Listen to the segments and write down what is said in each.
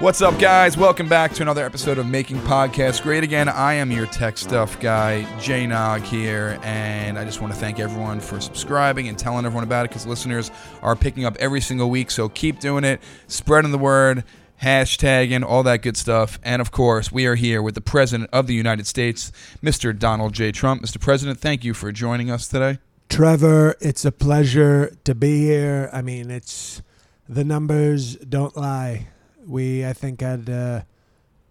What's up, guys? Welcome back to another episode of Making Podcasts Great Again. I am your tech stuff guy, Jay Nog here, and I just want to thank everyone for subscribing and telling everyone about it because listeners are picking up every single week. So keep doing it, spreading the word, hashtagging, all that good stuff. And of course, we are here with the President of the United States, Mr. Donald J. Trump. Mr. President, thank you for joining us today. Trevor, it's a pleasure to be here. I mean, it's the numbers don't lie. We, I think, had uh,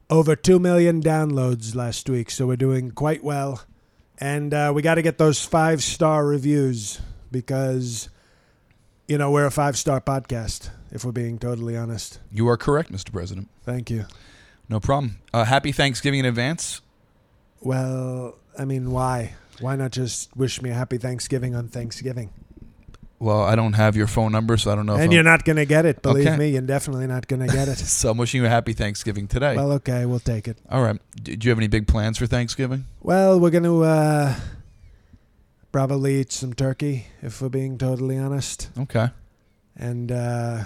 over 2 million downloads last week, so we're doing quite well. And uh, we got to get those five star reviews because, you know, we're a five star podcast, if we're being totally honest. You are correct, Mr. President. Thank you. No problem. Uh, happy Thanksgiving in advance. Well, I mean, why? Why not just wish me a happy Thanksgiving on Thanksgiving? Well, I don't have your phone number, so I don't know. if And I'm- you're not going to get it. Believe Okay. me, you're definitely not going to get it. So I'm wishing you a happy Thanksgiving today. well, okay, we'll take it. All right. Do do you have any big plans for Thanksgiving? Well, we're going to uh, probably eat some turkey, if we're being totally honest. Okay. Are And, uh,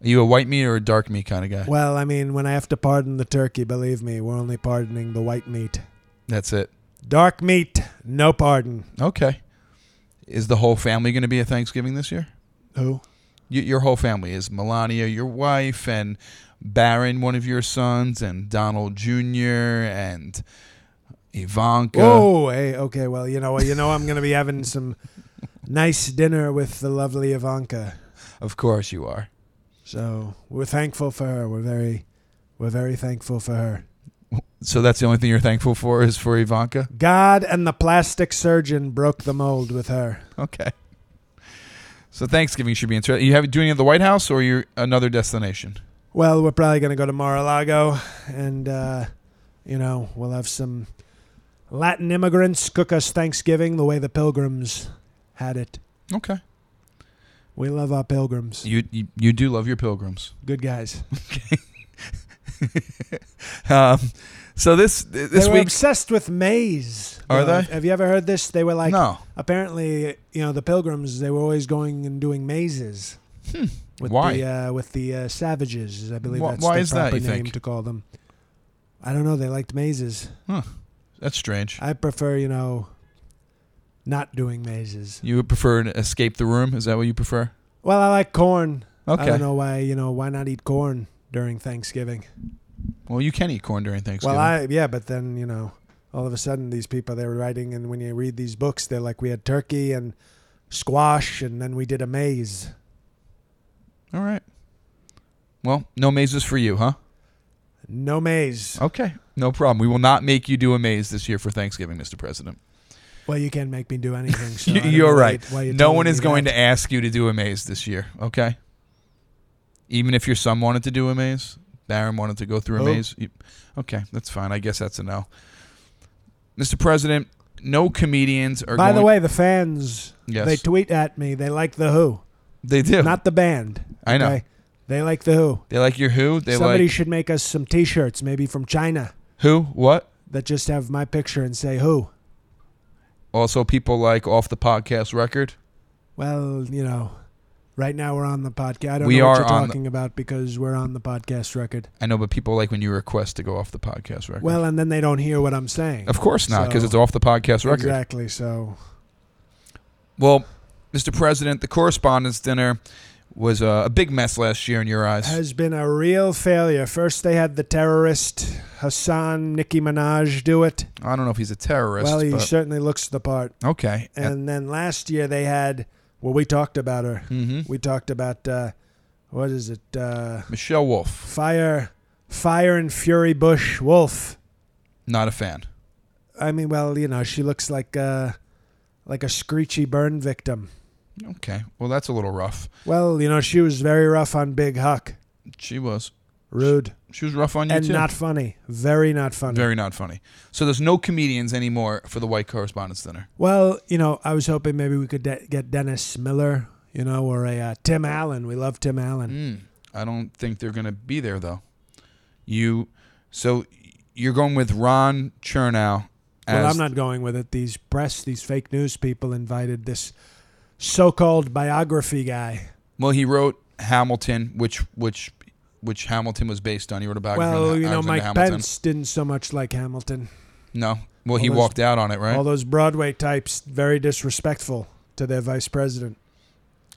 you a white meat or a dark meat kind of guy? well, I mean, when I have to pardon the turkey, believe me, we're only pardoning the white meat. That's it. Dark meat, no pardon. Okay. Is the whole family going to be at Thanksgiving this year? Who? Y- your whole family is Melania, your wife, and Barron, one of your sons, and Donald Jr. and Ivanka. Oh, hey, okay. Well, you know what? You know, I'm going to be having some nice dinner with the lovely Ivanka. Of course you are. So we're thankful for her. We're very, we're very thankful for her. So that's the only thing you're thankful for is for Ivanka. God and the plastic surgeon broke the mold with her. Okay. So Thanksgiving should be interesting. You have doing it at the White House or you another destination? Well, we're probably going to go to Mar-a-Lago, and uh, you know we'll have some Latin immigrants cook us Thanksgiving the way the Pilgrims had it. Okay. We love our Pilgrims. You, you you do love your pilgrims. Good guys. Um, so this this they were week, obsessed with maize. Are Bill. they? Have you ever heard this? They were like, no, apparently, you know, the Pilgrims. They were always going and doing mazes. With Hmm. Why? The, uh, with the uh, savages, I believe Wh- that's why the is that, proper you name think? to call them. I don't know. They liked mazes. that's strange. I prefer, you know, not doing mazes. You would prefer to escape the room? Is that what you prefer? Well, I like corn. I Okay. don't know why, you know, why not eat corn during Thanksgiving? Well, you can eat corn during Thanksgiving. Well, I yeah, but then, you know, all of a sudden these people they're writing and when you read these books, they're like we had turkey and squash and then we did a maize. All right. Well, no mazes for you, huh? No maize. Okay, no problem. We will not make you do a maze this year for Thanksgiving, Mr. President. Well, you can't make me do anything. So You- I don't you're know why right. you- why you're no telling one me is going that. to ask you to do a maze this year. Okay. Even if your son wanted to do a maze, Barron wanted to go through a Oh. maze. you- Okay, that's fine. I guess that's a no. Mr. President, no comedians are. By the going- way, the fans Yes. they tweet at me. They like the Who, they do. not the band. I know. okay? They like the Who. They like your who. They Somebody like should make us some T-shirts, maybe from China, who. What? that just have my picture and say who. Also, people like off the podcast record. Well, you know, Right now we're on the podcast. I don't We know what are you're on the- talking about because we're on the podcast record. I know, but people like when you request to go off the podcast record. Well, and then they don't hear what I'm saying. of course not, because so- it's off the podcast record. Exactly. So Well, Mr. President, the Correspondents' Dinner was uh, a big mess last year in your eyes. has been a real failure. First they had the terrorist Hassan Nicki Minaj do it. I don't know if he's a terrorist. well, he but, certainly looks the part. okay. And then last year they had well, we talked about her. hmm We talked about uh, what is it? Uh, Michelle Wolf, fire, fire and fury. Bush Wolf. not a fan. I mean, well, you know, she looks like uh, like a screechy burn victim. Okay. Well, that's a little rough. Well, you know, she was very rough on Big Huck. She was. Rude She was rough on you and too. not funny. Very not funny. Very not funny. So there's no comedians anymore for the White Correspondents' Dinner. Well, you know, I was hoping maybe we could de- get Dennis Miller, you know, or a uh, Tim Allen. We love Tim Allen. Mm. I don't think they're going to be there though. You, so you're going with Ron Chernow. As, Well, I'm not going with it. These press, these fake news people invited this so-called biography guy. Well, he wrote Hamilton, which which which Hamilton was based on. He wrote a biography. well, on you know, Alexander Mike Hamilton. Pence didn't so much like Hamilton. No. Well, he All those- walked out on it, right? All those Broadway types, very disrespectful to their vice president.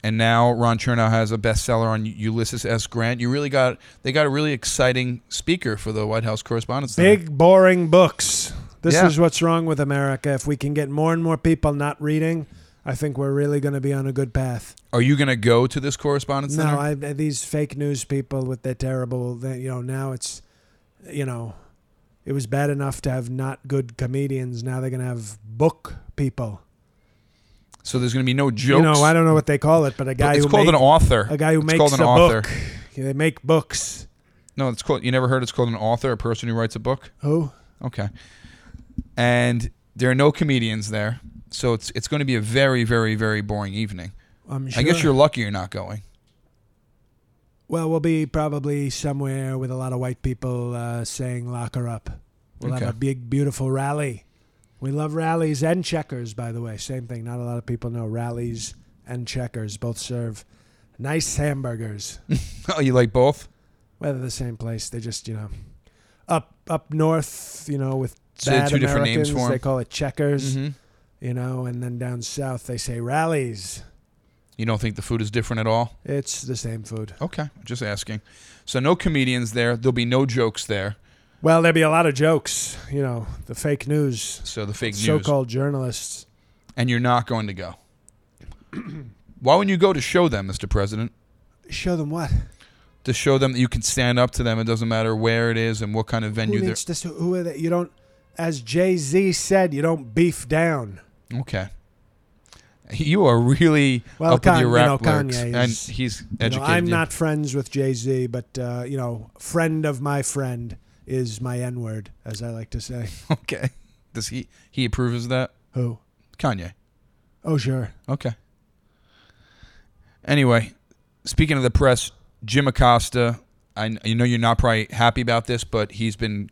and now Ron Chernow has a bestseller on Ulysses S. Grant. You really got they got a really exciting speaker for the White House Correspondents' Dinner. Big, boring books. This Yeah. is what's wrong with America. If we can get more and more people not reading, I think we're really going to be on a good path. Are you going to go to this Correspondents' No, Dinner? I, these fake news people with their terrible, they, you know, now it's, you know, it was bad enough to have not good comedians. Now they're going to have book people. so there's going to be no jokes. You know, I don't know what they call it, but a But guy it's who called make- an author. a guy who it's makes called an a author. book. Yeah, They make books. No, it's called. You never heard it's called an author, a person who writes a book. Who? Okay. And there are no comedians there, so it's it's going to be a very very very boring evening. I'm sure. I guess you're lucky you're not going. Well, we'll be probably somewhere with a lot of white people uh, saying "lock her up." We'll Okay. have a big, beautiful rally. We love rallies and checkers, by the way. Same thing. Not a lot of people know rallies and checkers both serve nice hamburgers. oh, you like both? Well, they're the same place. They just you know up up north, you know, with So bad two different Americans, names for 'em. they call it checkers, Mm-hmm. you know, and then down south they say rallies. You don't think the food is different at all? It's the same food. Okay, just asking. So no comedians there. There'll be no jokes there. Well, there'd be a lot of jokes, you know, the fake news. So the fake news, so-called journalists. and you're not going to go. Why wouldn't you go to show them, Mr. President? Show them what? To show them that you can stand up to them. It doesn't matter where it is and what kind of venue Who they're. needs this? Who are they? You don't, as Jay Z said, you don't beef down. Okay. You are really Well, up Kanye, with your you rap know, lyrics, Kanye and is- he's You know, educated. I'm you. not friends with Jay Z, but uh, you know, friend of my friend is my N word, as I like to say. okay. Does he? He approves of that? Who? Kanye. Oh, sure. Okay. Anyway, speaking of the press, Jim Acosta, I, kn- you know you're not probably happy about this, but he's been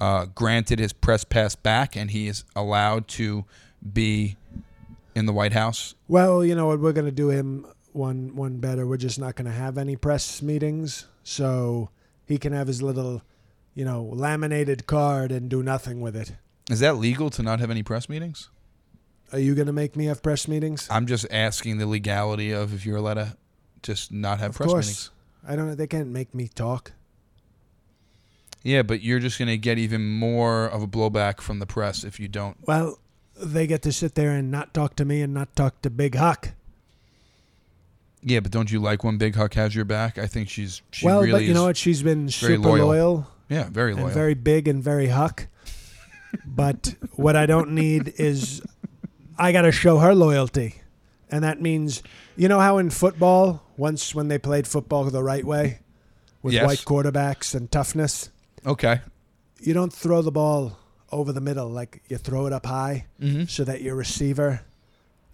uh, granted his press pass back, and he is allowed to be in the White House. Well, you know what? We're gonna do him one one better. We're just not gonna have any press meetings, so he can have his little, you know, laminated card and do nothing with it. Is that legal to not have any press meetings? Are you gonna make me have press meetings? I'm just asking the legality of if you're allowed to just not have Of press course. meetings. I don't. know. They can't make me talk. Yeah, but you're just going to get even more of a blowback from the press if you don't. Well, they get to sit there and not talk to me and not talk to Big Huck. Yeah, but don't you like when Big Huck has your back? I think she's she well, really but you is. know what? She's been very super loyal. loyal, yeah, very and loyal. very big and very Huck. but what I don't need is I got to show her loyalty. And that means, you know how in football, once when they played football the right way with Yes. white quarterbacks and toughness, Okay. you don't throw the ball over the middle like you throw it up high Mhm. so that your receiver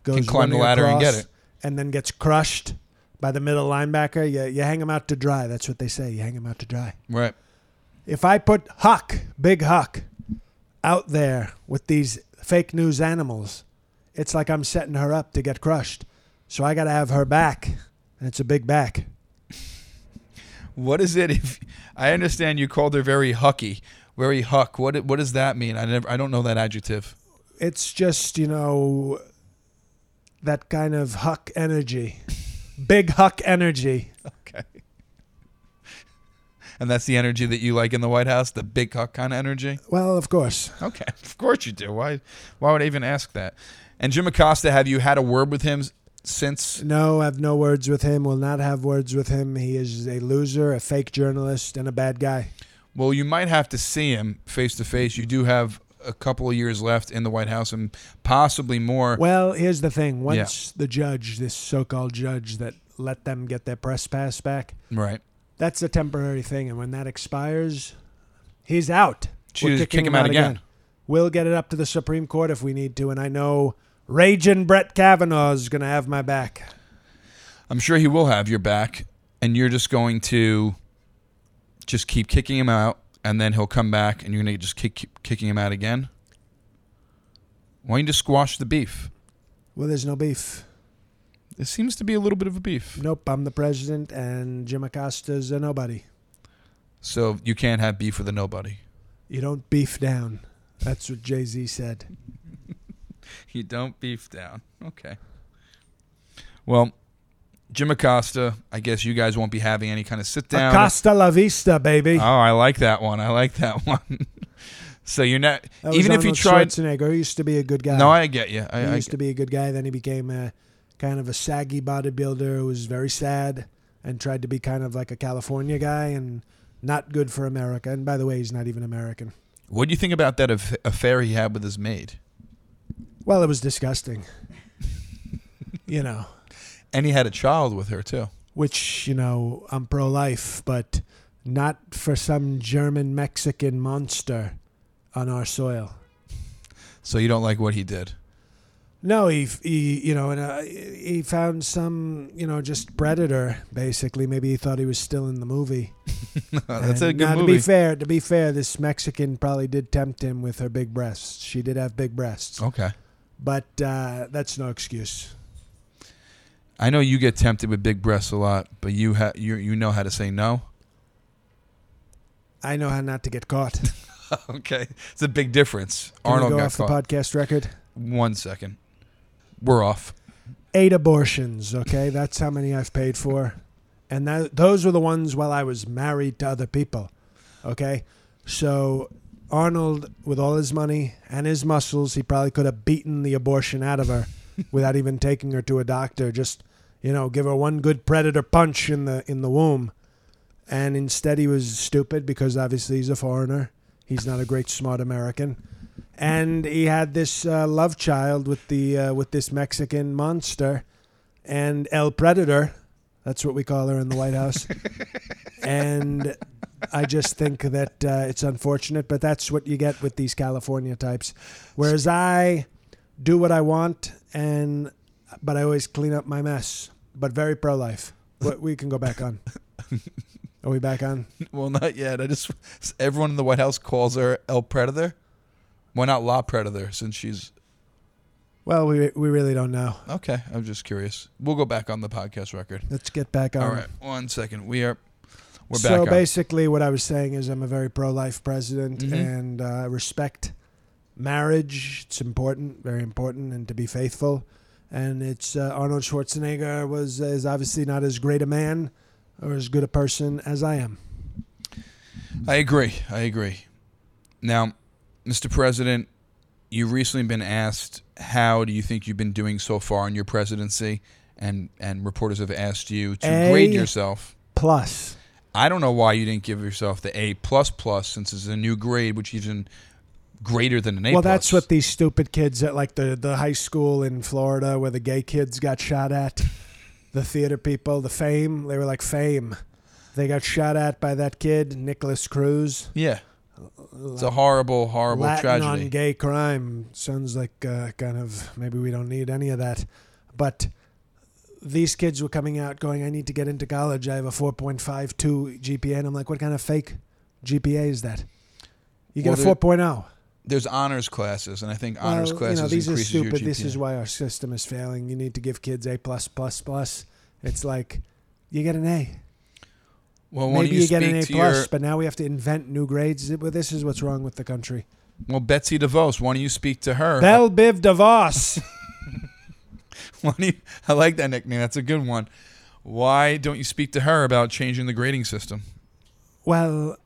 goes Can climb the running ladder and get across it. and then gets crushed by the middle linebacker you, you hang him out to dry that's what they say you hang him out to dry Right. if i put huck big huck out there with these fake news animals it's like i'm setting her up to get crushed so i got to have her back and it's a big back. What is it? If I understand, you called her very hucky, very huck. What what does that mean? I never, I don't know that adjective. It's just you know that kind of huck energy, big huck energy. Okay. And that's the energy that you like in the White House, the big huck kind of energy. Well, of course, Okay, of course you do. Why why would I even ask that? And Jim Acosta, have you had a word with him s- since? no, I have no words with him. Will not have words with him. He is a loser, a fake journalist, and a bad guy. Well, you might have to see him face to face. You do have a couple of years left in the White House and possibly more. Well, here's the thing. Once the judge, this so-called judge that let them get their press pass back, right. that's a temporary thing, and when that expires, he's out. Shoot, kick him out again. We'll get it up to the Supreme Court if we need to, and I know raging Brett Kavanaugh is going to have my back. I'm sure he will have your back and you're just going to just keep kicking him out and then he'll come back and you're going to just keep, keep kicking him out again. Why don't you just squash the beef? Well, there's no beef. There seems to be a little bit of a beef. Nope, I'm the president, and Jim Acosta's a nobody. So you can't have beef with a nobody. You don't beef down. That's what Jay Z said. You don't beef down. Okay. Well, Jim Acosta, I guess you guys won't be having any kind of sit down. Acosta la vista, baby. Oh, I like that one. I like that one. so you're not That was even if you Arnold tried. Schwarzenegger, he used to be a good guy. No, I get you. I, He I used to be a good guy. Then he became a kind of a saggy bodybuilder who was very sad and tried to be kind of like a California guy and not good for America. And by the way, he's not even American. what do you think about that aff- affair he had with his maid? Well, it was disgusting. you know, And he had a child with her too. which, you know, I'm pro life, but not for some German Mexican monster on our soil. So you don't like what he did. No, he, he you know, and uh, he found some, you know, just predator. Basically, maybe he thought he was still in the movie. That's a Uh, good And now, movie. To be fair, to be fair, this Mexican probably did tempt him with her big breasts. She did have big breasts, okay. but uh, that's no excuse. I know you get tempted with big breasts a lot, but you ha- you you know how to say no. I know how not to get caught. Can okay, it's a big difference. we Arnold go got off caught. the podcast record. One second. We're off. Eight abortions. Okay, that's how many I've paid for, and that, those were the ones while I was married to other people. Okay, so Arnold, with all his money and his muscles, he probably could have beaten the abortion out of her without even taking her to a doctor. Just you know, give her one good predator punch in the in the womb. And instead, he was stupid because obviously he's a foreigner. He's not a great smart American, and he had this uh, love child with the uh, with this Mexican monster, and El Predator. That's what we call her in the White House. and I just think that uh, it's unfortunate, but that's what you get with these California types. Whereas I do what I want, and but I always clean up my mess. But very pro life. But we can go back on. Are we back on? Well, not yet. I just everyone in the White House calls her El Predator. Why not La Predator? Since she's Well, we we really don't know. okay. I'm just curious. We'll go back on the podcast record. Let's get back on. All right, one second. We are we're Um, so back. on. basically, what I was saying is, I'm a very pro-life president, Mhm. and uh, I respect marriage. It's important, very important, and to be faithful. And it's uh, Arnold Schwarzenegger was is obviously not as great a man or as good a person as I am. I agree. I agree. Now, Mr. President, you've recently been asked how do you think you've been doing so far in your presidency, and and reporters have asked you to A- grade yourself. Plus, I don't know why you didn't give yourself the A plus plus since it's a new grade, which is even greater than an A. well, that's plus. what these stupid kids at like the the high school in Florida where the gay kids got shot at. The theater people, the fame, they were like fame. They got shot at by that kid, Nicholas Cruz. yeah. It's a horrible, horrible Latin tragedy. on gay crime sounds like uh, kind of maybe we don't need any of that, but these kids were coming out going, "I need to get into college. I have a 4.52 GPA," and I'm like, "What kind of fake GPA is that? You get Well, a they're- 4.0." There's honors classes, and I think honors Well, classes you know, these are increases your stupid. This GPA. is why our system is failing. You need to give kids A plus plus plus It's like you get an A. Well, when Maybe you, get speak an A to plus, your- but now we have to invent new grades. Well, this is what's wrong with the country. well, Betsy DeVos, why don't you speak to her? Belle Biv DeVos. Why do you- I like that nickname. That's a good one. Why don't you speak to her about changing the grading system? well,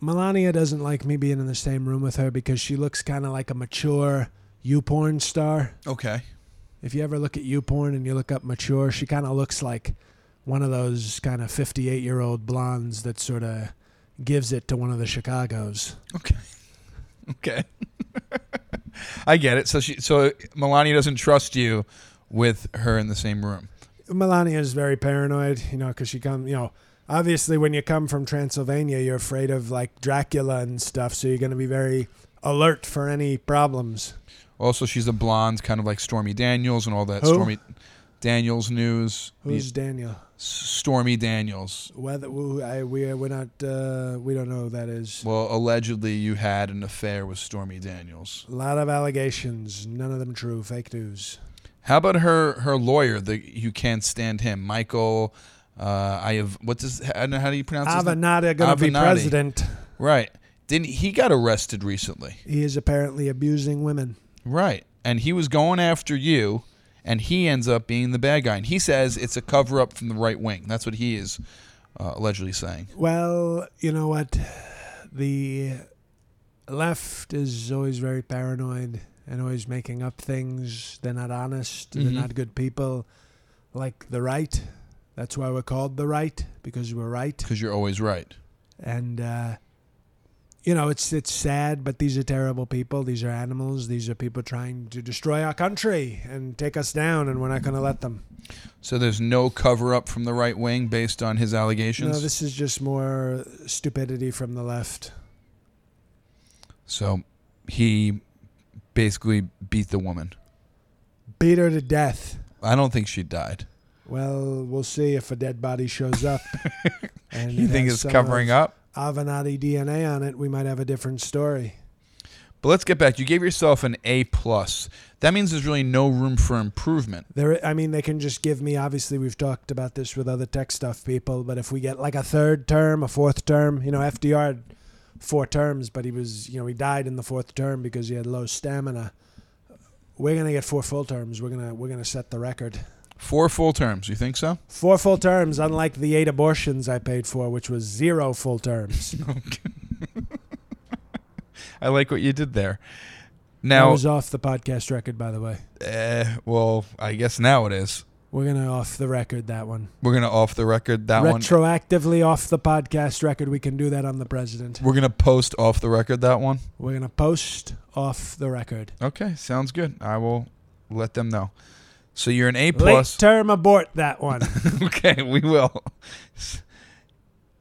Melania doesn't like me being in the same room with her because she looks kind of like a mature U porn star. Okay. If you ever look at U porn and you look up mature, she kind of looks like one of those kind of 58 year old blondes that sort of gives it to one of the Chicago's. Okay. Okay. I get it. So she, so Melania doesn't trust you with her in the same room. Melania is very paranoid, you know, because she come, you know, obviously when you come from Transylvania, you're afraid of like Dracula and stuff, so you're going to be very alert for any problems. Also, she's a blonde, kind of like Stormy Daniels and all that Who? Stormy Daniels news. The- Who's Daniel? Stormy Daniels? Whether who- I, we we're not uh, we don't know who that is. Well, allegedly you had an affair with Stormy Daniels. A lot of allegations, none of them true, fake news. How about her her lawyer? The you can't stand him, Michael. Uh, I have what does I don't know how do you pronounce his name? Avenatti going to be Avenatti. president. Right. Didn't he got arrested recently? He is apparently abusing women. Right. And he was going after you, and he ends up being the bad guy. And he says it's a cover up from the right wing. That's what he is uh, allegedly saying. Well, you know what? The left is always very paranoid and always making up things. They're not honest. Mhm. They're not good people. Like the right. That's why we're called the right, because we're right. Because you're always right. And, uh, you know, it's, it's sad, but these are terrible people. These are animals. These are people trying to destroy our country and take us down, and we're not going to let them. So there's no cover up from the right wing based on his allegations. No, this is just more stupidity from the left. so he basically beat the woman. Beat her to death. I don't think she died. Well, we'll see if a dead body shows up. and You it think has it's some covering of up? Avenatti DNA on it? We might have a different story. But let's get back. You gave yourself an A plus. That means there's really no room for improvement. There, I mean, they can just give me. Obviously, we've talked about this with other tech stuff people, but if we get like a third term, a fourth term, you know, FDR, had four terms, but he was, you know, he died in the fourth term because he had low stamina. We're gonna get four full terms. We're gonna we're gonna set the record. Four full terms. You think so? Four full terms, unlike the eight abortions I paid for, which was zero full terms. I like what you did there. That Now, was off the podcast record, by the way. eh, well, I guess now it is. We're gonna off the record that one. We're gonna off the record that one. Retroactively off the podcast record. We can do that on the president. We're gonna post off the record that one. We're gonna post off the record. Okay, sounds good. I will let them know. So you're an A Late plus. term abort that one. okay, we will.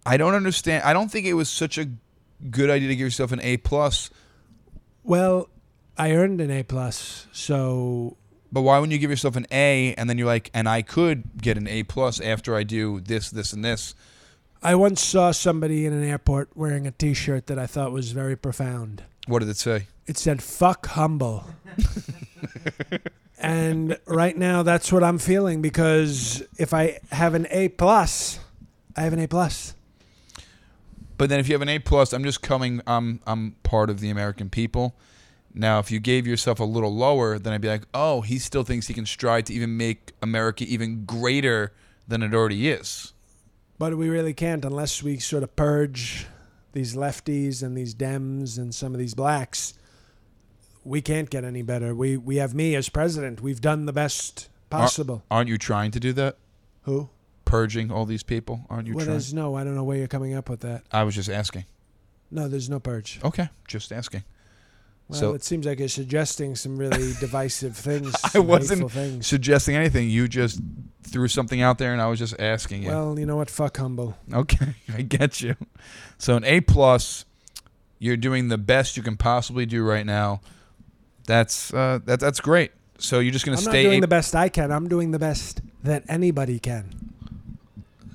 I don't understand. I don't think it was such a good idea to give yourself an A plus. well, I earned an A plus, so But why wouldn't you give yourself an A and then you're like, and I could get an A plus after I do this, this, and this? I once saw somebody in an airport wearing a T-shirt that I thought was very profound. What did it say? It said "fuck humble," and right now that's what I'm feeling because if I have an A plus, I have an A plus. But then if you have an A plus, I'm just coming. I'm I'm part of the American people. Now, if you gave yourself a little lower, then I'd be like, oh, he still thinks he can strive to even make America even greater than it already is. But we really can't unless we sort of purge these lefties and these Dems and some of these blacks. We can't get any better. We we have me as president. We've done the best Uh, possible. Aren't you trying to do that? Who? Purging all these people? Aren't you What trying? is no? I don't know where you're coming up with that. I was just asking. No, there's no purge. Okay, just asking. Well, so- it seems like you're suggesting some really divisive things. I some wasn't hateful things. suggesting anything. You just threw something out there, and I was just asking you. Well, you know what? Fuck humble. Okay, I get you. So an A plus, you're doing the best you can possibly do right now. That's uh, that that's great. So you're just gonna I'm not stay. doing A- the best I can. I'm doing the best that anybody can.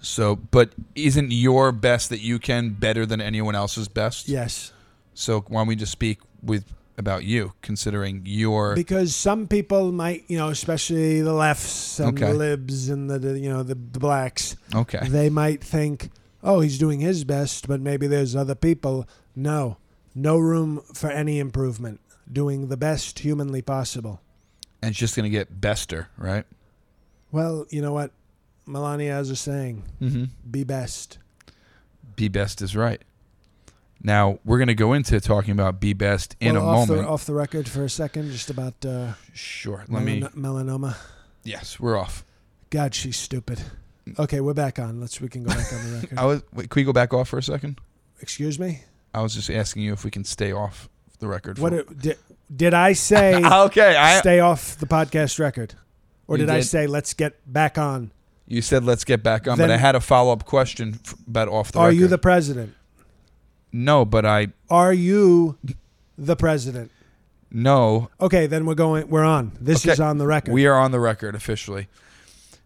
so, but isn't your best that you can better than anyone else's best? Yes. So why don't we just speak with about you, considering your because some people might, you know, especially the lefts and Okay. the libs and the, the you know the, the blacks, okay. they might think, oh, he's doing his best, but maybe there's other people. No, no room for any improvement. Doing the best humanly possible. And it's just gonna get bester, right? Well, you know what? Melania has a saying: Mm-hmm. "Be best." Be best is right. Now we're gonna go into talking about be best in Well, a off moment. the, off the record for a second, just about uh, sure. Let me. melan- melanoma. Yes, we're off. God, she's stupid. Okay, we're back on. Let's we can go back on the record. I was. Wait, can we go back off for a second? Excuse me. I was just asking you if we can stay off the record. What for- it, did, did I say? Ah, okay, I, stay off the podcast record, or You did I did. say let's get back on? you said let's get back on, but Then- I had a follow up question f- about off the Are record. you the president? no? But I Are you the president? no. Okay, then we're going. We're on. This Okay. is on the record. We are on the record officially.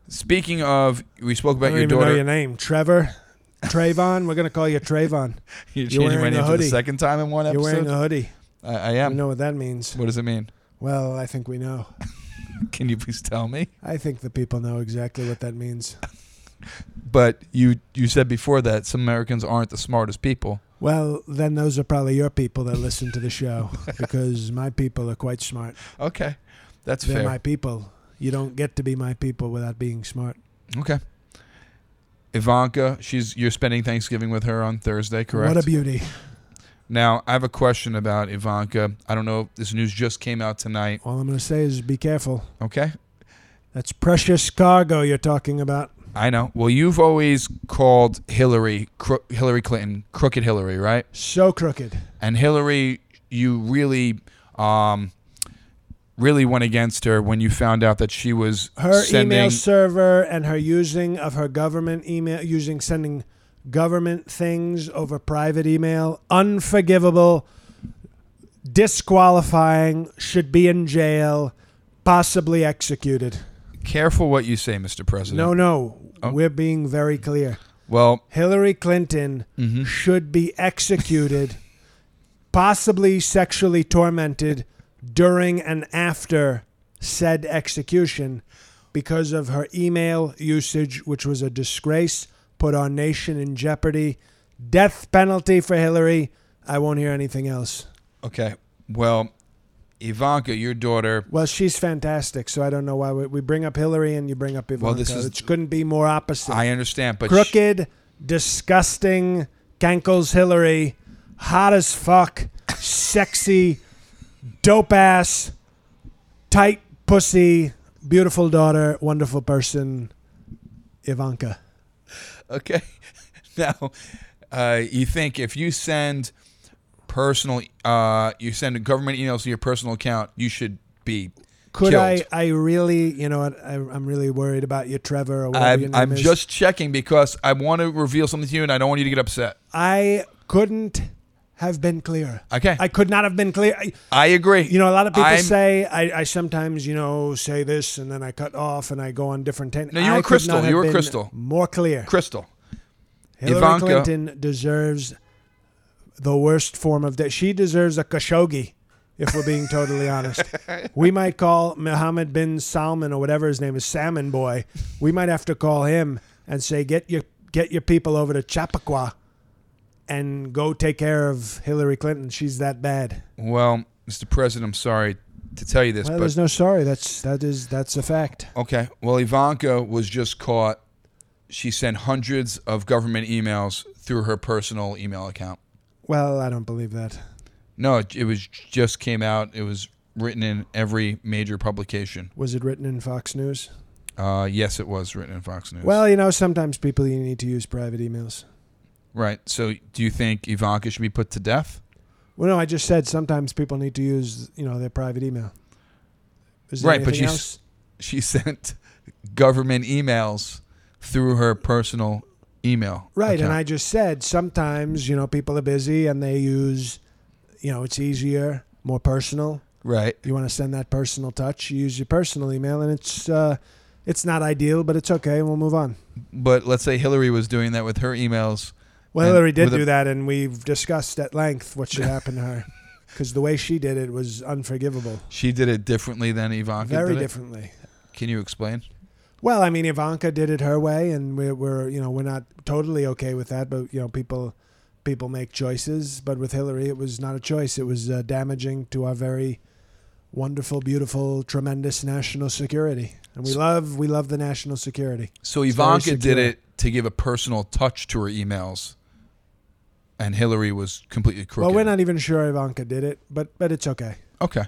Speaking of, we spoke I about don't your even know daughter. your name, Trevor, Trayvon. We're gonna call you Trayvon. You're You're changing my wearing a name for the hoodie. second time in one You're wearing episode. a hoodie. I I You am. know what that means? What does it mean? Well, I think we know. Can you please tell me? I think the people know exactly what that means. But you you said before that some Americans aren't the smartest people. Well, then those are probably your people that listen to the show because my people are quite smart. Okay, that's They're fair. my people. You don't get to be my people without being smart. Okay. Ivanka, she's you're spending Thanksgiving with her on Thursday, correct? What a beauty. now, I have a question about Ivanka. I don't know. This news just came out tonight. All I'm going to say is be careful. Okay, That's precious cargo you're talking about. I know. Well, you've always called Hillary cro- Hillary Clinton crooked Hillary, right? So crooked. And Hillary, you really, um, really went against her when you found out that she was Her sending. email server and her using of her government email, using sending government things over private email, unforgivable, disqualifying, should be in jail, possibly executed. Careful what you say, Mr. President. No, no. Oh. We're being very clear. Well, Hillary Clinton mhm. should be executed, possibly sexually tormented during and after said execution because of her email usage, which was a disgrace, put our nation in jeopardy. Death penalty for Hillary. I won't hear anything else. okay. Well, Ivanka, your daughter. Well, she's fantastic, so I don't know why we, we bring up Hillary and you bring up Ivanka. Well, this is- it couldn't be more opposite. I understand, but she- crooked, disgusting, Kankles Hillary, hot as fuck, sexy, dope ass, tight pussy, beautiful daughter, wonderful person, Ivanka. Okay. Now, uh, you think if you send personal, uh, you send government emails to your personal account, you should be Could killed. I? I really, you know what? I, I'm really worried about you, Trevor. Or whatever your I'm, name I'm is. just checking because I want to reveal something to you, and I don't want you to get upset. I couldn't have been clearer. Okay. I could not have been clear. I, I agree. You know, a lot of people I'm- say I, I sometimes, you know, say this and then I cut off and I go on different tangents. No, you were I could crystal. not have You were been crystal. More clear. Crystal. Hillary Ivanka- Clinton deserves the worst form of death. She deserves a Khashoggi, if we're being totally honest. We might call Mohammed bin Salman or whatever his name is, Salmon Boy. We might have to call him and say, get your get your people over to Chappaqua and go take care of Hillary Clinton. She's that bad. Well, Mr. President, I'm sorry to tell you this, Well, but there's no sorry. That's that is that's a fact. okay. Well, Ivanka was just caught. She sent hundreds of government emails through her personal email account. Well, I don't believe that. No, it, it was just came out. It was written in every major publication. Was it written in Fox News? Uh, yes, it was written in Fox News. Well, you know, sometimes people you need to use private emails. right. So, do you think Ivanka should be put to death? Well, no, I just said sometimes people need to use, you know, their private email. Is there Right, but anything you s- else? She sent government emails through her personal email. Right, and account. I just said sometimes, you know, people are busy and they use, you know, it's easier, more personal. right. You want to send that personal touch, you use your personal email, and it's uh, it's not ideal, but it's okay, and we'll move on. But let's say Hillary was doing that with her emails. Well, And Hillary did with a- do that, and we've discussed at length what should happen to her. because the way she did it was unforgivable. She did it differently than Ivanka. Very did it? differently. Can you explain? Well, I mean, Ivanka did it her way, and we're, we're you know we're not totally okay with that, but you know people people make choices. But with Hillary, it was not a choice. It was uh, damaging to our very wonderful, beautiful, tremendous national security, and we love we love the national security. So very Ivanka did secure. it to give a personal touch to her emails, and Hillary was completely crooked. Well, we're not even sure Ivanka did it, but but it's okay. okay.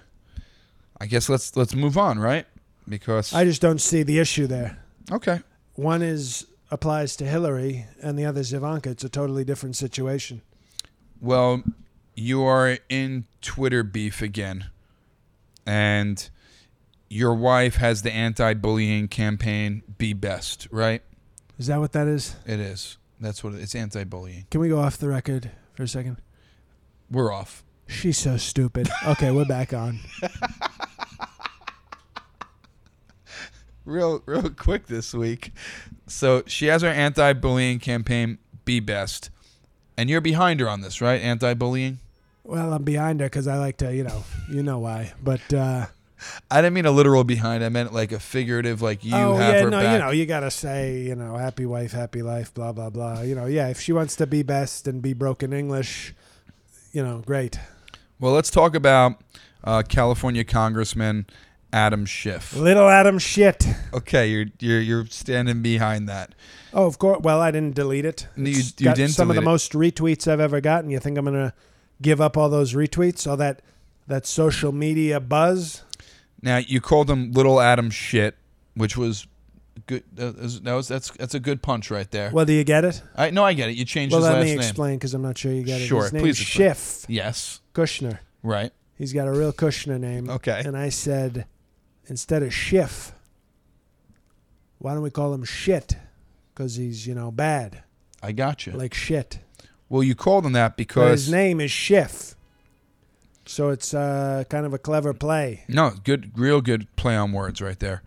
I guess let's let's move on, right? Because I just don't see the issue there. okay, One is applies to Hillary, and the other is Ivanka. It's a totally different situation. well, you are in Twitter beef again, and your wife has the anti-bullying campaign. Be best, right? Is that what that is? It is. That's what it, it's anti-bullying. Can we go off the record for a second? We're off. She's so stupid. Okay, we're back on. real real quick this week. So she has her anti-bullying campaign Be Best. And you're behind her on this, right? Anti-bullying? Well, I'm behind her because I like to, you know, you know why. But uh, I didn't mean a literal behind. I meant like a figurative like you oh have yeah, her no, back. you know, you gotta say, you know, happy wife, happy life, blah blah blah. You know, yeah, if she wants to be best and be broken English, you know, great. Well, let's talk about uh, California Congressman Adam Schiff. Little Adam shit. Okay, you're you're you're standing behind that. Oh, of course. Well, I didn't delete it. No, you- It's you got didn't Some of the delete it. most retweets I've ever gotten. You think I'm gonna give up all those retweets, all that that social media buzz? Now you called him little Adam shit, which was good. That was, that was that's that's a good punch right there. Well, do you get it? I no, I get it. You changed Well, his let last me name. explain because I'm not sure you got it. Sure, His name please is explain. Schiff Yes, Kushner. right. He's got a real Kushner name. Okay. And I said, instead of Schiff, why don't we call him Shit? Because he's you know bad, I got you. like shit. Well, you called him that But his because name is Schiff, so it's uh, kind of a clever play. no, good, real good play on words right there.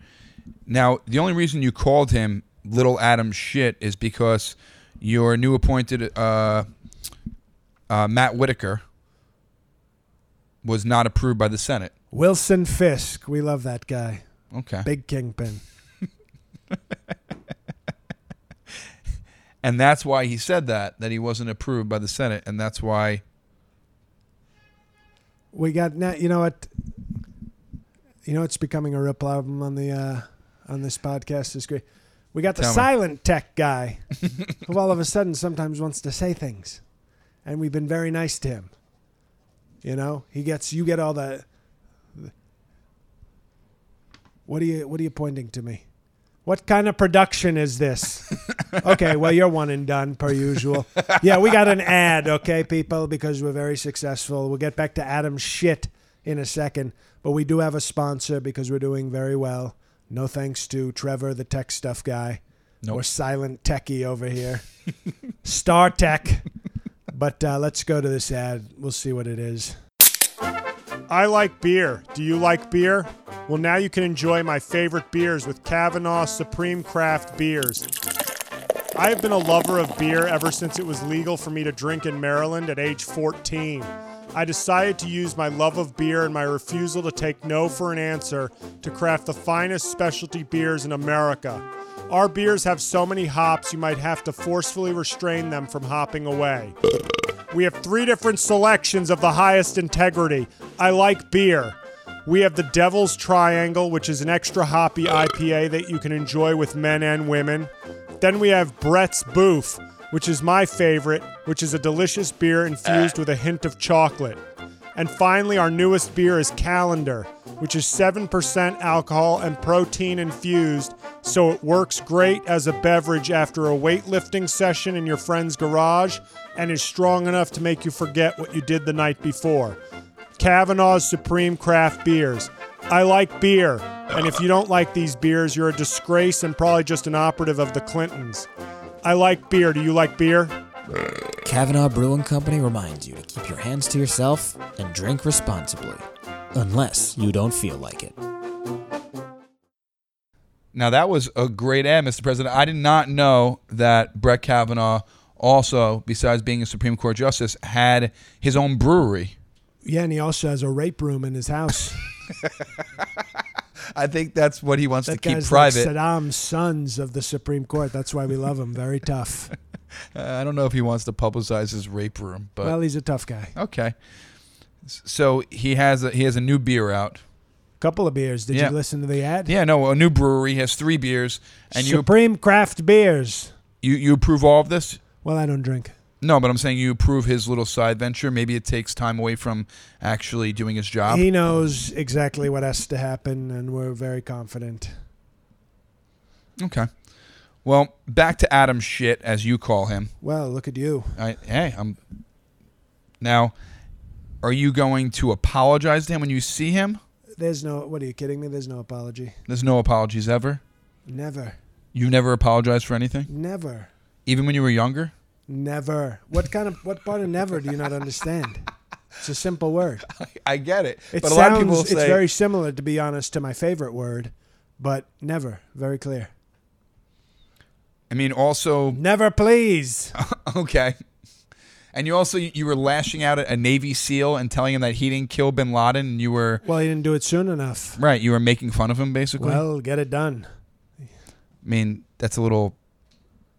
Now, the only reason you called him Little Adam Shit is because your new appointed uh, uh, Matt Whitaker was not approved by the Senate. Wilson Fisk, we love that guy, Okay, big kingpin. and that's why he said that that he wasn't approved by the Senate, and that's why We got now. You know what? You know it's becoming a real problem on the uh, on this podcast. Is great. We got the Tell me. silent tech guy who all of a sudden sometimes wants to say things, and we've been very nice to him. You know, he gets you get all the. What are you What are you pointing to me? What kind of production is this? okay, well you're one and done per usual. Yeah, we got an ad, okay, people, because we're very successful. We'll get back to Adam's shit in a second, but we do have a sponsor because we're doing very well. No thanks to Trevor, the tech stuff guy. Nope. We're silent techie over here. Star Tech. But uh, let's go to this ad. We'll see what it is. I like beer. Do you like beer? Well, now you can enjoy my favorite beers with Kavanaugh Supreme Craft Beers. I have been a lover of beer ever since it was legal for me to drink in Maryland at age 14. I decided to use my love of beer and my refusal to take no for an answer to craft the finest specialty beers in America. Our beers have so many hops, you might have to forcefully restrain them from hopping away. We have three different selections of the highest integrity. I like beer. We have the Devil's Triangle, which is an extra hoppy IPA that you can enjoy with men and women. Then we have Brett's Boof, which is my favorite, which is a delicious beer infused with a hint of chocolate. And finally, our newest beer is Calendar, which is 7% alcohol and protein infused, so it works great as a beverage after a weightlifting session in your friend's garage and is strong enough to make you forget what you did the night before. Kavanaugh's Supreme Craft Beers. I like beer, and if you don't like these beers, you're a disgrace and probably just an operative of the Clintons. I like beer. Do you like beer? Kavanaugh Brewing Company reminds you to keep your hands to yourself and drink responsibly, unless you don't feel like it. Now that was a great ad, Mr. President. I did not know that Brett Kavanaugh also, besides being a Supreme Court justice, had his own brewery. Yeah, and he also has a rape room in his house. I think that's what he wants to That keep guy's private. like Saddam's sons of the Supreme Court. That's why we love him. Very tough. Uh, I don't know if he wants to publicize his rape room, but Well, he's a tough guy. okay. S- So he has a, he has a new beer out. Couple of beers. Did Yeah. you listen to the ad? Yeah, no, a new brewery has three beers, and you Supreme Craft Beers. you you approve all of this. Well, I don't drink. No, but I'm saying you approve his little side venture. Maybe it takes time away from actually doing his job. He knows exactly what has to happen, and we're very confident. okay. Well, back to Adam shit, as you call him. Well, look at you. I, hey, I'm. Now, are you going to apologize to him when you see him? There's no. What are you kidding me? There's no apology. There's no apologies ever. Never. You never apologized for anything, Never. even when you were younger. Never. What kind of what part of never do you not understand? It's a simple word. I get it, It but a sounds lot of people it's say very similar to be honest to my favorite word, but never. Very clear. I mean, also Never please. okay. And you also you were lashing out at a Navy SEAL and telling him that he didn't kill Bin Laden, and you were Well, he didn't do it soon enough. right. You were making fun of him basically. Well, get it done. I mean, that's a little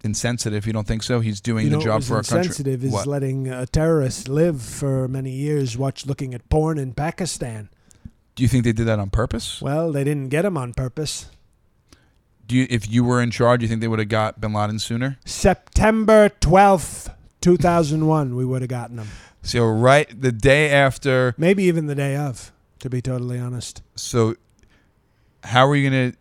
insensitive. You don't think so? He's doing You the know, what job was for our country. insensitive is What? letting a terrorist live for many years, watch looking at porn in Pakistan. Do you think they did that on purpose? Well, they didn't get him on purpose. Do you, if you were in charge, you think they would have got Bin Laden sooner? September twelfth, two thousand one, we would have gotten him. So right the day after. Maybe even the day of, to be totally honest. So how are you gonna?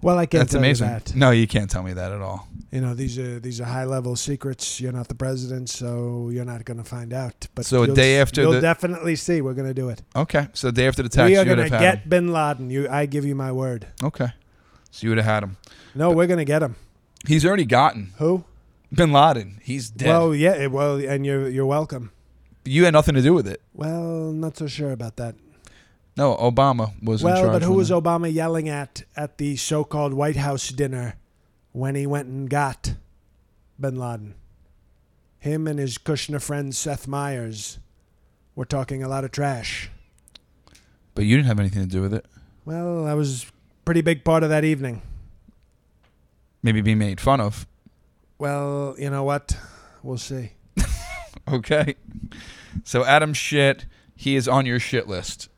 Well, I can't that's tell amazing. you that. No, you can't tell me that at all. You know, these are these are high level secrets. You're not the president, so you're not going to find out. But So a you'll- day after you'll the- definitely see. We're going to do it. Okay, so the day after the tax, we you are would going have to had get him. Bin Laden. You, I give you my word. Okay, so you would have had him. No, we're going to get him. He's already gotten Who? Bin Laden. He's dead. Well, yeah. it- Well, and you're you're welcome. you had nothing to do with it. Well, not so sure about that. No, Obama was in Well, charge. but who when was the- Obama yelling at at the so-called White House dinner when he went and got Bin Laden? Him and his Kushner friend Seth Meyers were talking a lot of trash. But you didn't have anything to do with it. Well, I was a pretty big part of that evening. Maybe be made fun of. Well, you know what? We'll see. Okay. So Adam shit. He is on your shit list.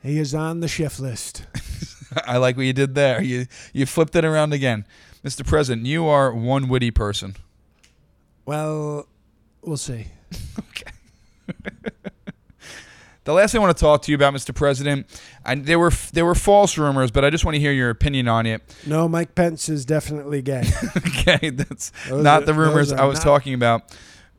He is on the shift list. I like what you did there. You you flipped it around again, Mr. President. You are one witty person. Well, we'll see. The last thing I want to talk to you about, Mr. President, and there were there were false rumors, but I just want to hear your opinion on it. No, Mike Pence is definitely gay. okay, that's Those not are- the rumors those I are was not- talking about.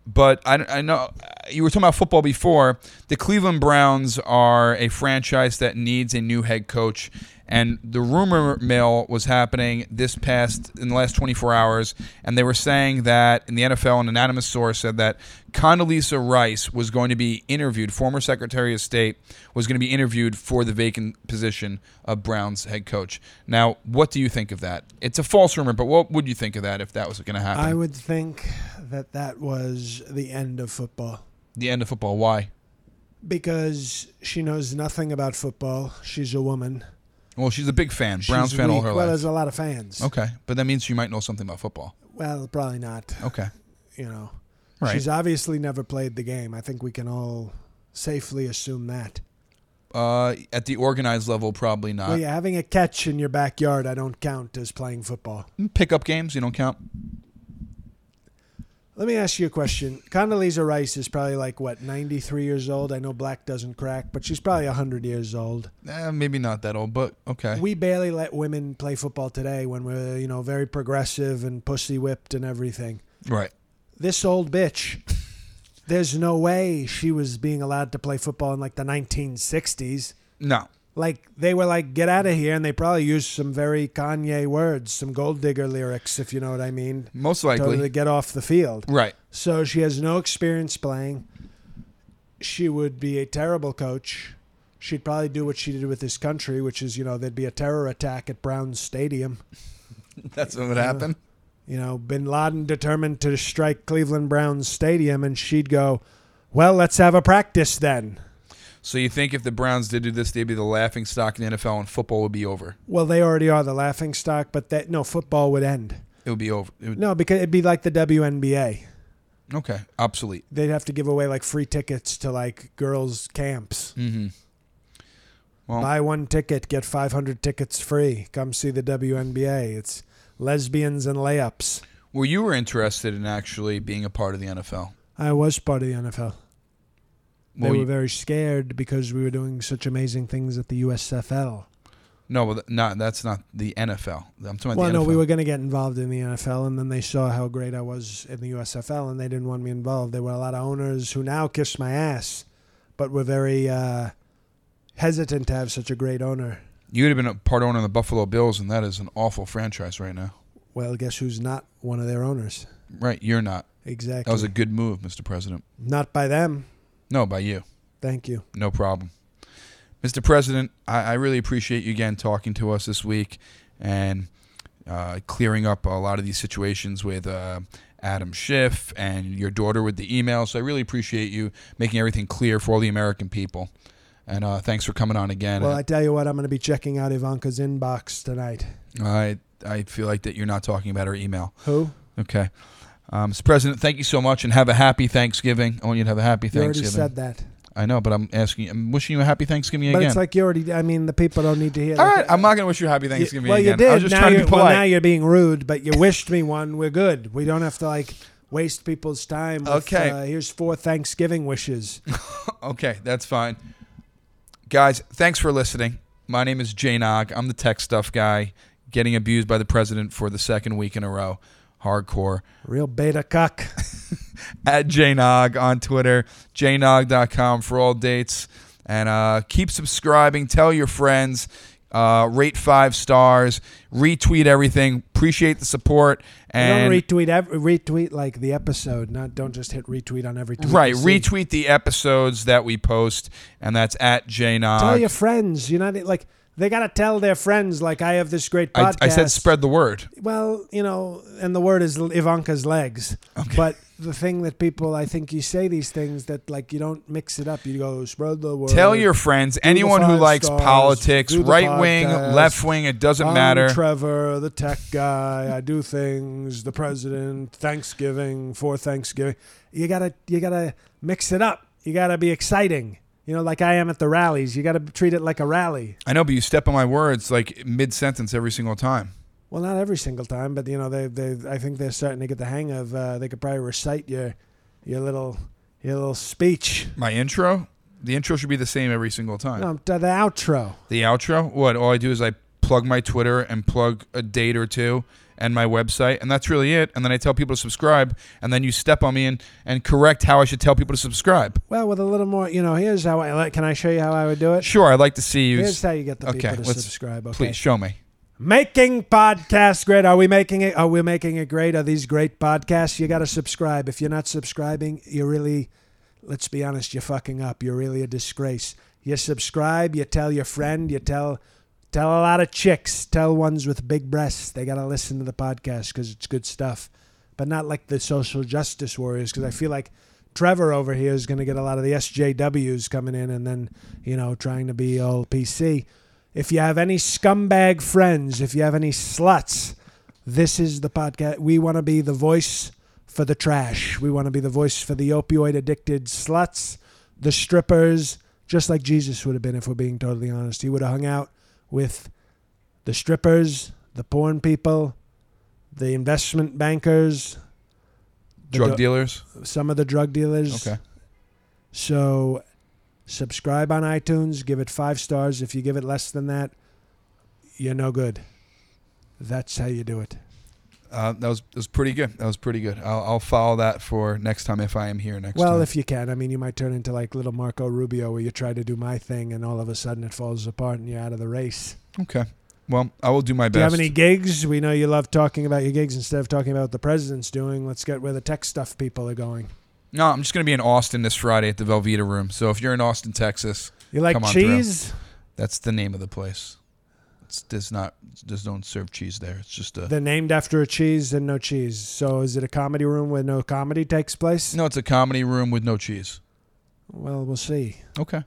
But I, I know you were talking about football before. The Cleveland Browns are a franchise that needs a new head coach, and the rumor mill was happening this past in the last 24 hours, and they were saying that in the NFL, an anonymous source said that Condoleezza Rice was going to be interviewed, former Secretary of State was going to be interviewed for the vacant position of Browns head coach. Now, what do you think of that? It's a false rumor, but what would you think of that if that was going to happen? I would think that that was the end of football. the end of football. Why? because she knows nothing about football. She's a woman. Well, she's a big fan, She's Browns fan all weak. her Well, life. there's a lot of fans. Okay, but that means she might know something about football. Well, probably not. Okay, You know, right. she's obviously never played the game. I think we can all safely assume that. uh, at the organized level, probably not. well, yeah, having a catch in your backyard, I don't count as playing football. Pickup games, you don't count. Let me ask you a question. Condoleezza Rice is probably like what 93 years old. I know black doesn't crack, but she's probably 100 years old. Eh, maybe not that old, but okay. We barely let women play football today when we're, you know, very progressive and pussy whipped and everything. right. this old bitch. There's no way she was being allowed to play football in like the 1960s. No. Like they were like, get out of here, and they probably used some very Kanye words, some gold digger lyrics, if you know what I mean, Most to, likely. to get off the field. Right. So she has no experience playing. She would be a terrible coach. She'd probably do what she did with this country, which is, you know, there'd be a terror attack at Brown Stadium. That's what would happen. you know, Bin Laden determined to strike Cleveland Browns Stadium, and she'd go, "Well, let's have a practice then." So you think if the Browns did do this, they'd be the laughing stock in the NFL, and football would be over. Well, they already are the laughing stock, but that no football would end. It would be over. It would, No, because it'd be like the WNBA. Okay, obsolete. They'd have to give away like free tickets to like girls' camps. Mm-hmm. Well- Buy one ticket, get 500 tickets free. Come see the WNBA. It's lesbians and layups. Well, you were interested in actually being a part of the NFL. I was part of the NFL. They Well, were you- very scared because we were doing such amazing things at the USFL. No, well, th- not that's not the NFL. I'm talking about Well, the no, NFL. we were going to get involved in the NFL, and then they saw how great I was in the USFL, and they didn't want me involved. There were a lot of owners who now kiss my ass, but were very uh, hesitant to have such a great owner. you would have been a part owner of the Buffalo Bills, and that is an awful franchise right now. Well, guess who's not one of their owners? Right, you're not. Exactly. That was a good move, Mr. President. not by them. No, by you. Thank you. No problem. Mr. President, I, I really appreciate you again talking to us this week and uh, clearing up a lot of these situations with uh, Adam Schiff and your daughter with the email. So I really appreciate you making everything clear for all the American people. And uh, thanks for coming on again. Well, I tell you what, I'm going to be checking out Ivanka's inbox tonight. I, I feel like that you're not talking about her email. Who? Okay. Um, Mr. President, thank you so much and have a happy Thanksgiving. I want you to have a happy You already Thanksgiving. said that. I know, but I'm asking, I'm wishing you a happy Thanksgiving But again. it's like you already. I mean, the people don't need to hear. All that. right, I'm not going to wish you a happy Thanksgiving well, again. you did. I was just now trying to you're- be Well, now polite. you're being rude, but you wished me one. We're good. We don't have to like waste people's time. With, Okay. Uh, here's four Thanksgiving wishes. okay, that's fine. Guys, thanks for listening. My name is Jay Nog. I'm the tech stuff guy, getting abused by the president for the second week in a row. Hardcore. Real beta cuck. At Jay Nog on Twitter, jnog.com for all dates. And uh, keep subscribing. Tell your friends. Uh, rate five stars. Retweet everything. Appreciate the support. And don't retweet every, retweet like the episode. Not don't just hit retweet on every tweet. Right, you see. retweet the episodes that we post, and that's at JNog. Tell your friends. You're not like they gotta tell their friends. Like I have this great I, podcast. I said spread the word. Well, you know, and the word is Ivanka's legs. But the thing that people, I think, you say these things that like you don't mix it up. You go spread the word. Tell your friends, anyone who five likes stars, politics, do the right wing, podcast. left wing, it doesn't I'm matter. Trevor, the tech guy. I do things. The president. Thanksgiving for Thanksgiving. You gotta you gotta mix it up. You gotta be exciting. You know, like I am at the rallies. You gotta treat it like a rally. I know, but you step on my words like mid sentence every single time. Well, not every single time, but you know, they they I think they're starting to get the hang of. Uh, they could probably recite your your little your little speech. My intro, the intro should be the same every single time. No, the the outro. The outro, what? All I do is I plug my Twitter and plug a date or two and my website, and that's really it. And then I tell people to subscribe, and then you step on me and, and correct how I should tell people to subscribe. Well, with a little more, you know, here's how I like. Can I show you how I would do it? Sure, I'd like to see you. Here's how you get the okay, people to let's- subscribe. Okay. Please show me. Making podcasts great. Are we making it? Are we making it great? Are these great podcasts? You got to subscribe. If you're not subscribing, you're really, let's be honest, you're fucking up. You're really a disgrace. You subscribe. You tell your friend. You tell, tell a lot of chicks. Tell ones with big breasts. They got to listen to the podcast because it's good stuff. But not like the social justice warriors because I feel like Trevor over here is going to get a lot of the SJWs coming in and then you know trying to be all PC. If you have any scumbag friends, if you have any sluts, this is the podcast. We want to be the voice for the trash. We want to be the voice for the opioid addicted sluts, the strippers, just like Jesus would have been if we're being totally honest. He would have hung out with the strippers, the porn people, the investment bankers, the Drug do- dealers. some of the drug dealers. Okay. So subscribe on iTunes, give it five stars. If you give it less than that, you're no good. That's how you do it. Uh, that was that was pretty good. That was pretty good. I'll, I'll follow that for next time if I am here next well, time. if you can, I mean, you might turn into like little Marco Rubio where you try to do my thing and all of a sudden it falls apart and you're out of the race. okay. Well, I will do my Do you best. have any gigs? We know you love talking about your gigs instead of talking about what the president's doing. Let's get where the tech stuff people are going. no, I'm just going to be in Austin this Friday at the Velveeta Room. So if you're in Austin, Texas, You like Come on, cheese? that's the name of the place. It's does not does don't serve cheese there. It's just a They're named after a cheese and no cheese. So is it a comedy room where no comedy takes place? no. It's a comedy room with no cheese. Well, we'll see. Okay.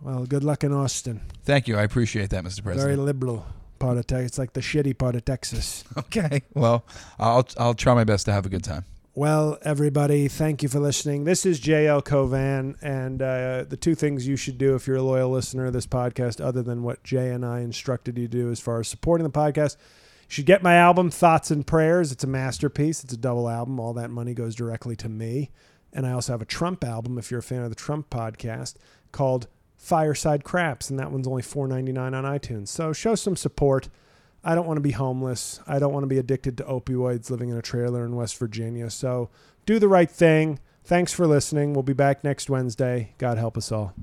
Well, good luck in Austin. Thank you. I appreciate that, Mr. Very President. liberal part of Texas. It's like the shitty part of Texas. okay. Well, I'll I'll try my best to have a good time. Well, everybody, thank you for listening. This is JL Covan, and uh, the two things you should do if you're a loyal listener of this podcast, other than what Jay and I instructed you to do as far as supporting the podcast, you should get my album, Thoughts and Prayers. It's a masterpiece, it's a double album. All that money goes directly to me. And I also have a Trump album, if you're a fan of the Trump podcast, called Fireside Craps, and that one's only $4.99 on iTunes. So show some support. I don't want to be homeless. I don't want to be addicted to opioids living in a trailer in West Virginia. So do the right thing. Thanks for listening. We'll be back next Wednesday. God help us all.